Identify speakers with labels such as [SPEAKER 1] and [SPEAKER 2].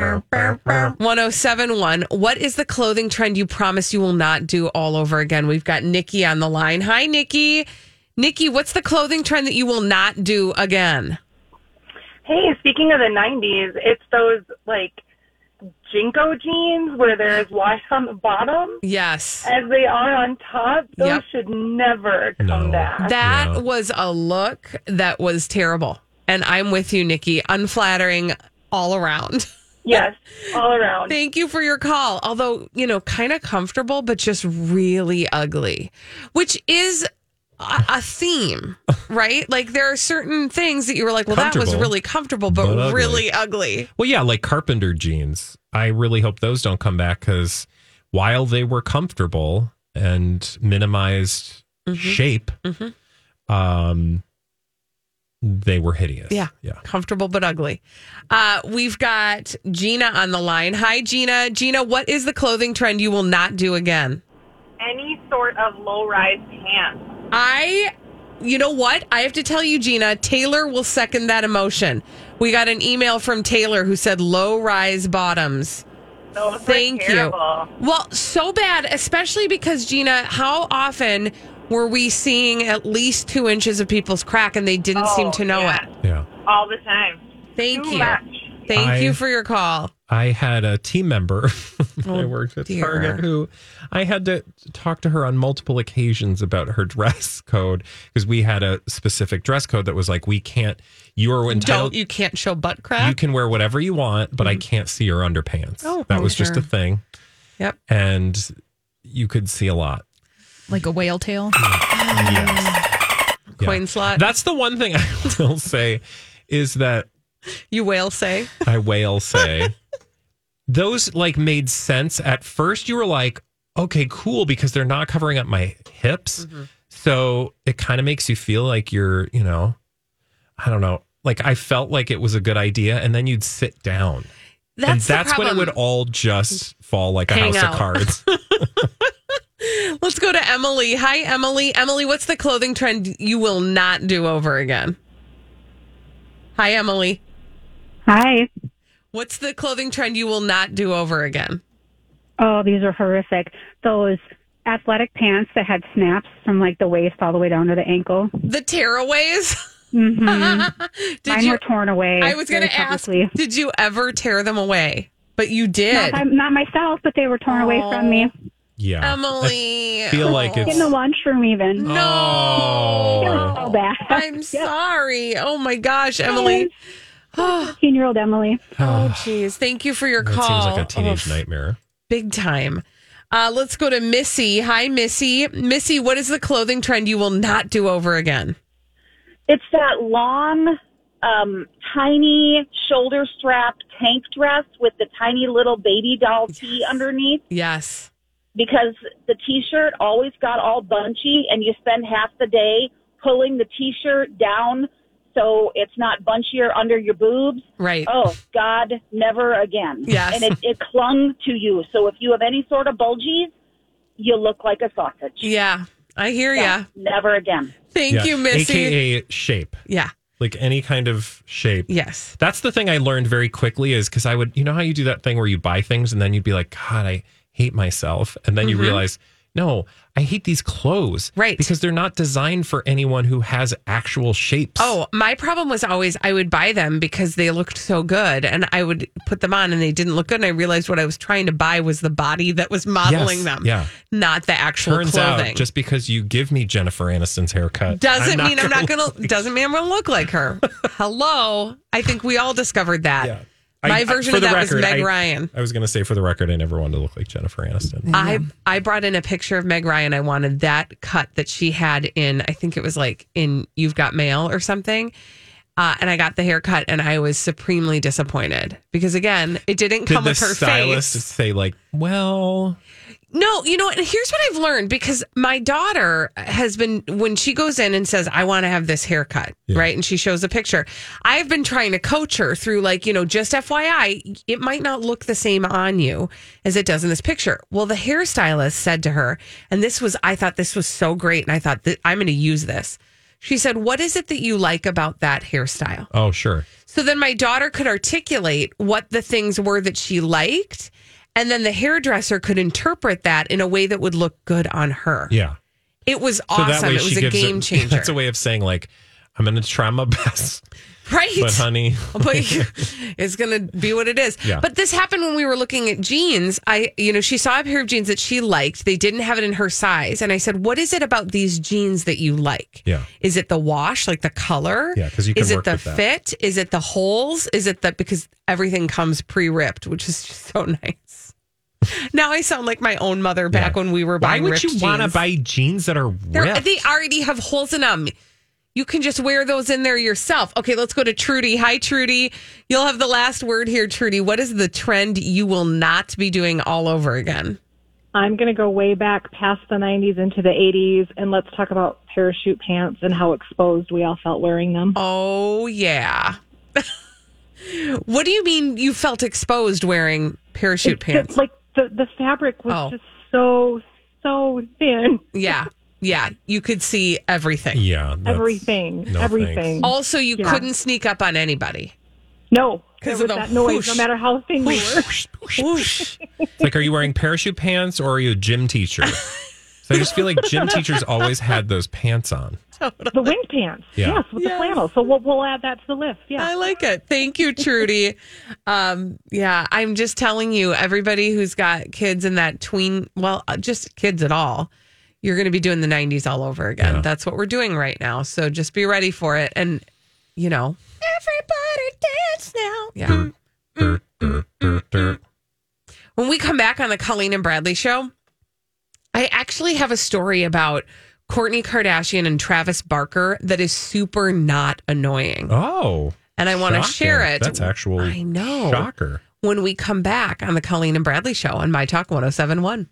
[SPEAKER 1] 1071. What is the clothing trend you promise you will not do all over again? We've got Nikki on the line. Hi, Nikki. Nikki, what's the clothing trend that you will not do again?
[SPEAKER 2] Hey, speaking of the 90s, it's those like Jinko jeans where they're as washed on the bottom
[SPEAKER 1] Yes.
[SPEAKER 2] as they are on top. Those
[SPEAKER 1] Yep.
[SPEAKER 2] should never come
[SPEAKER 3] No.
[SPEAKER 2] back.
[SPEAKER 1] That
[SPEAKER 3] Yeah.
[SPEAKER 1] was a look that was terrible. And I'm with you, Nikki. Unflattering all around.
[SPEAKER 2] yes, all around.
[SPEAKER 1] Thank you for your call. Although, you know, kind of comfortable, but just really ugly, which is a, a theme, right? like there are certain things that you were like, well, that was
[SPEAKER 3] Comfortable,
[SPEAKER 1] really comfortable, but,
[SPEAKER 3] but ugly.
[SPEAKER 1] really ugly.
[SPEAKER 3] Well, yeah, like carpenter jeans. I really hope those don't come back because while they were comfortable and minimized
[SPEAKER 1] Mm-hmm.
[SPEAKER 3] shape, um, they were hideous.
[SPEAKER 1] Yeah.
[SPEAKER 3] yeah.
[SPEAKER 1] Comfortable, but ugly. Uh, we've got Gina on the line. Hi, Gina. Gina, what is the clothing trend you will not do again?
[SPEAKER 2] Any sort of low rise pants.
[SPEAKER 1] I, you know what? I have to tell you, Gina, Taylor will second that emotion. We got an email from Taylor who said low rise bottoms.
[SPEAKER 2] Those
[SPEAKER 1] Thank you. Well, so bad, especially because, Gina, how often were we seeing at least two inches of people's crack and they didn't seem to know it?
[SPEAKER 3] Yeah.
[SPEAKER 2] All the time.
[SPEAKER 1] Thank you. Thank
[SPEAKER 3] I-
[SPEAKER 1] you for your call.
[SPEAKER 3] I had a team member when I worked at
[SPEAKER 1] Oh, dear.
[SPEAKER 3] Target who I had to talk to her on multiple occasions about her dress code because we had a specific dress code that was like, we can't, you are entitled.
[SPEAKER 1] Don't you can't show butt
[SPEAKER 3] you
[SPEAKER 1] crack?
[SPEAKER 3] can wear whatever you want, but I can't see your underpants.
[SPEAKER 1] Mm-hmm. Oh,
[SPEAKER 3] that was just
[SPEAKER 1] sure.
[SPEAKER 3] a thing.
[SPEAKER 1] Yep.
[SPEAKER 3] And you could see a lot.
[SPEAKER 4] like a whale tail.
[SPEAKER 3] Yes. Yeah.
[SPEAKER 1] Coin slot.
[SPEAKER 3] That's the one thing I will say is that
[SPEAKER 1] you whale say.
[SPEAKER 3] I whale say. Those like made sense at first. You were like, okay, cool, because they're not covering up my hips.
[SPEAKER 1] Mm-hmm.
[SPEAKER 3] So it kind of makes you feel like you're, you know, I don't know. Like I felt like it was a good idea, and then you'd sit down,
[SPEAKER 1] That's,
[SPEAKER 3] and
[SPEAKER 1] the
[SPEAKER 3] that's when it
[SPEAKER 1] problem.
[SPEAKER 3] would all just fall like a
[SPEAKER 1] Hang
[SPEAKER 3] house
[SPEAKER 1] out.
[SPEAKER 3] of cards.
[SPEAKER 1] Let's go to Emily. Hi, Emily. Emily, what's the clothing trend you will not do over again? Hi, Emily.
[SPEAKER 5] Hi.
[SPEAKER 1] What's the clothing trend you will not do over again?
[SPEAKER 5] Oh, these are horrific. Those athletic pants that had snaps from like the waist all the way down to the ankle.
[SPEAKER 1] The tearaways.
[SPEAKER 5] Mm-hmm.
[SPEAKER 1] did
[SPEAKER 5] Mine
[SPEAKER 1] you?
[SPEAKER 5] were torn away.
[SPEAKER 1] I was going
[SPEAKER 5] very
[SPEAKER 1] to ask.
[SPEAKER 5] publicly.
[SPEAKER 1] Did you ever tear them away? But you did,
[SPEAKER 5] Not, by- not myself, but they were torn away from me
[SPEAKER 3] yeah,
[SPEAKER 1] Emily.
[SPEAKER 3] I feel like
[SPEAKER 5] in the
[SPEAKER 3] it's
[SPEAKER 5] lunchroom. Even
[SPEAKER 1] no.
[SPEAKER 3] Oh.
[SPEAKER 5] It was so bad.
[SPEAKER 1] I'm
[SPEAKER 5] Yep.
[SPEAKER 1] sorry. Oh my gosh, Emily. Oh,
[SPEAKER 5] Fifteen-year-old Emily.
[SPEAKER 1] oh, geez. Thank you for your
[SPEAKER 3] Ah. that
[SPEAKER 1] call.
[SPEAKER 3] seems like a teenage
[SPEAKER 1] Oof.
[SPEAKER 3] nightmare.
[SPEAKER 1] big time. Uh, let's go to Missy. Hi, Missy. Missy, what is the clothing trend you will not do over again?
[SPEAKER 6] It's that long, um, tiny shoulder strap tank dress with the tiny little baby doll tee underneath
[SPEAKER 1] Yes.
[SPEAKER 6] because the t shirt always got all bunchy and you spend half the day pulling the t shirt down so it's not bunchier under your boobs.
[SPEAKER 1] Right.
[SPEAKER 6] Oh, God, never again.
[SPEAKER 1] Yes.
[SPEAKER 6] And it, it clung to you. So if you have any sort of bulges, you look like a sausage.
[SPEAKER 1] Yeah. I hear ya.
[SPEAKER 6] Yeah, Never again.
[SPEAKER 1] Thank
[SPEAKER 3] Yeah.
[SPEAKER 1] you, Missy.
[SPEAKER 3] AKA shape,
[SPEAKER 1] Yeah.
[SPEAKER 3] like any kind of shape.
[SPEAKER 1] Yes.
[SPEAKER 3] That's the thing I learned very quickly is because I would, you know, how you do that thing where you buy things and then you'd be like, God, I hate myself. And then you realize, No, I hate these clothes.
[SPEAKER 1] Mm-hmm. Right.
[SPEAKER 3] Because they're not designed for anyone who has actual shapes.
[SPEAKER 1] Oh, my problem was always I would buy them because they looked so good and I would put them on and they didn't look good. And I realized what I was trying to buy was the body that was modeling
[SPEAKER 3] Yes,
[SPEAKER 1] them,
[SPEAKER 3] yeah.
[SPEAKER 1] not the actual
[SPEAKER 3] Turns
[SPEAKER 1] clothing.
[SPEAKER 3] out just because you give me Jennifer Aniston's haircut
[SPEAKER 1] doesn't mean I'm
[SPEAKER 3] gonna
[SPEAKER 1] not going to, doesn't mean I'm going to look like her. Hello. I think we all discovered that.
[SPEAKER 3] Yeah.
[SPEAKER 1] My version
[SPEAKER 3] for
[SPEAKER 1] of
[SPEAKER 3] the
[SPEAKER 1] that was
[SPEAKER 3] record,
[SPEAKER 1] Meg
[SPEAKER 3] I-
[SPEAKER 1] Ryan.
[SPEAKER 3] I was going to say, for the record, I never wanted to look like Jennifer Aniston.
[SPEAKER 1] I I brought in a picture of Meg Ryan. I wanted that cut that she had in I think it was like in You've Got Mail or something. Uh, and I got the haircut, and I was supremely disappointed because again, it didn't
[SPEAKER 3] Did
[SPEAKER 1] come
[SPEAKER 3] the
[SPEAKER 1] with her
[SPEAKER 3] stylist
[SPEAKER 1] face.
[SPEAKER 3] say like, "Well,
[SPEAKER 1] No, you know, what? and here's what I've learned because my daughter has been when she goes in and says, "I want to have this haircut," right, and she shows a picture. I've been trying to coach her through, like, you know, just FYI, it might not look the same on you as it does in this picture. Well, the hairstylist said to her, and this was, I thought this was so great, and I thought that I'm going to use this. She said, "What is it that you like about that hairstyle?"
[SPEAKER 3] oh sure,
[SPEAKER 1] So then my daughter could articulate what the things were that she liked. And then the hairdresser could interpret that in a way that would look good on her.
[SPEAKER 3] yeah."
[SPEAKER 1] It was awesome. it was a
[SPEAKER 3] gives her-
[SPEAKER 1] game changer.
[SPEAKER 3] That's a way of saying like, "I'm going to try my best,
[SPEAKER 1] right.
[SPEAKER 3] but honey,
[SPEAKER 1] but it's gonna be what it is.
[SPEAKER 3] Yeah.
[SPEAKER 1] But this happened when we were looking at jeans. I, you know, she saw a pair of jeans that she liked. They didn't have it in her size, and I said, "What is it about these jeans that you like?
[SPEAKER 3] Yeah.
[SPEAKER 1] is it the wash, like the color?
[SPEAKER 3] Yeah, 'cause you can
[SPEAKER 1] is
[SPEAKER 3] work
[SPEAKER 1] it the
[SPEAKER 3] with that.
[SPEAKER 1] fit? Is it the holes? Is it the because everything comes pre-ripped, which is just so nice. Now I sound like my own mother back
[SPEAKER 3] Yeah.
[SPEAKER 1] when we were
[SPEAKER 3] why
[SPEAKER 1] buying.
[SPEAKER 3] would
[SPEAKER 1] ripped
[SPEAKER 3] you want to
[SPEAKER 1] jeans.
[SPEAKER 3] buy jeans that are
[SPEAKER 1] They're-
[SPEAKER 3] ripped?"
[SPEAKER 1] They already have holes in them. You can just wear those in there yourself. Okay, let's go to Trudy. Hi, Trudy. You'll have the last word here, Trudy. What is the trend you will not be doing all over again?
[SPEAKER 7] I'm going to go way back past the 90s into the 80s, and let's talk about parachute pants and how exposed we all felt wearing them.
[SPEAKER 1] Oh, yeah. what do you mean you felt exposed wearing parachute pants?
[SPEAKER 7] Like the the fabric was
[SPEAKER 1] Oh.
[SPEAKER 7] just so so thin.
[SPEAKER 1] yeah, yeah. You could see everything.
[SPEAKER 3] yeah, that's-
[SPEAKER 7] everything,
[SPEAKER 3] no
[SPEAKER 7] everything.
[SPEAKER 1] Also, you couldn't sneak up on anybody.
[SPEAKER 7] no,
[SPEAKER 1] 'Cause
[SPEAKER 7] because
[SPEAKER 1] of
[SPEAKER 7] of
[SPEAKER 1] the
[SPEAKER 7] that noise. No
[SPEAKER 1] whoosh.
[SPEAKER 7] matter how thin you were,
[SPEAKER 1] Whoosh.
[SPEAKER 3] It's like, are you wearing parachute pants or are you a gym teacher? So I just feel like gym teachers always had those pants on.
[SPEAKER 7] the wind pants.
[SPEAKER 3] Yeah.
[SPEAKER 7] Yes, with the
[SPEAKER 1] Yes.
[SPEAKER 7] flannel. So we'll, we'll add that to the list. Yeah.
[SPEAKER 1] I like it. Thank you, Trudy. um, yeah, I'm just telling you, everybody who's got kids in that tween, well, uh, just kids at all, you're going to be doing the 90s all over again. That's what we're doing right now. So just be ready for it. And, you know, everybody dance now. Yeah.
[SPEAKER 3] Dur, dur, dur, dur.
[SPEAKER 1] When we come back on the Colleen and Bradley show, I actually have a story about Courtney Kardashian and Travis Barker that is super not annoying.
[SPEAKER 3] Oh,
[SPEAKER 1] and I want to
[SPEAKER 3] shocking.
[SPEAKER 1] share it.
[SPEAKER 3] That's actual
[SPEAKER 1] I know.
[SPEAKER 3] shocker.
[SPEAKER 1] when we come back on the Colleen and Bradley show on My Talk 1071.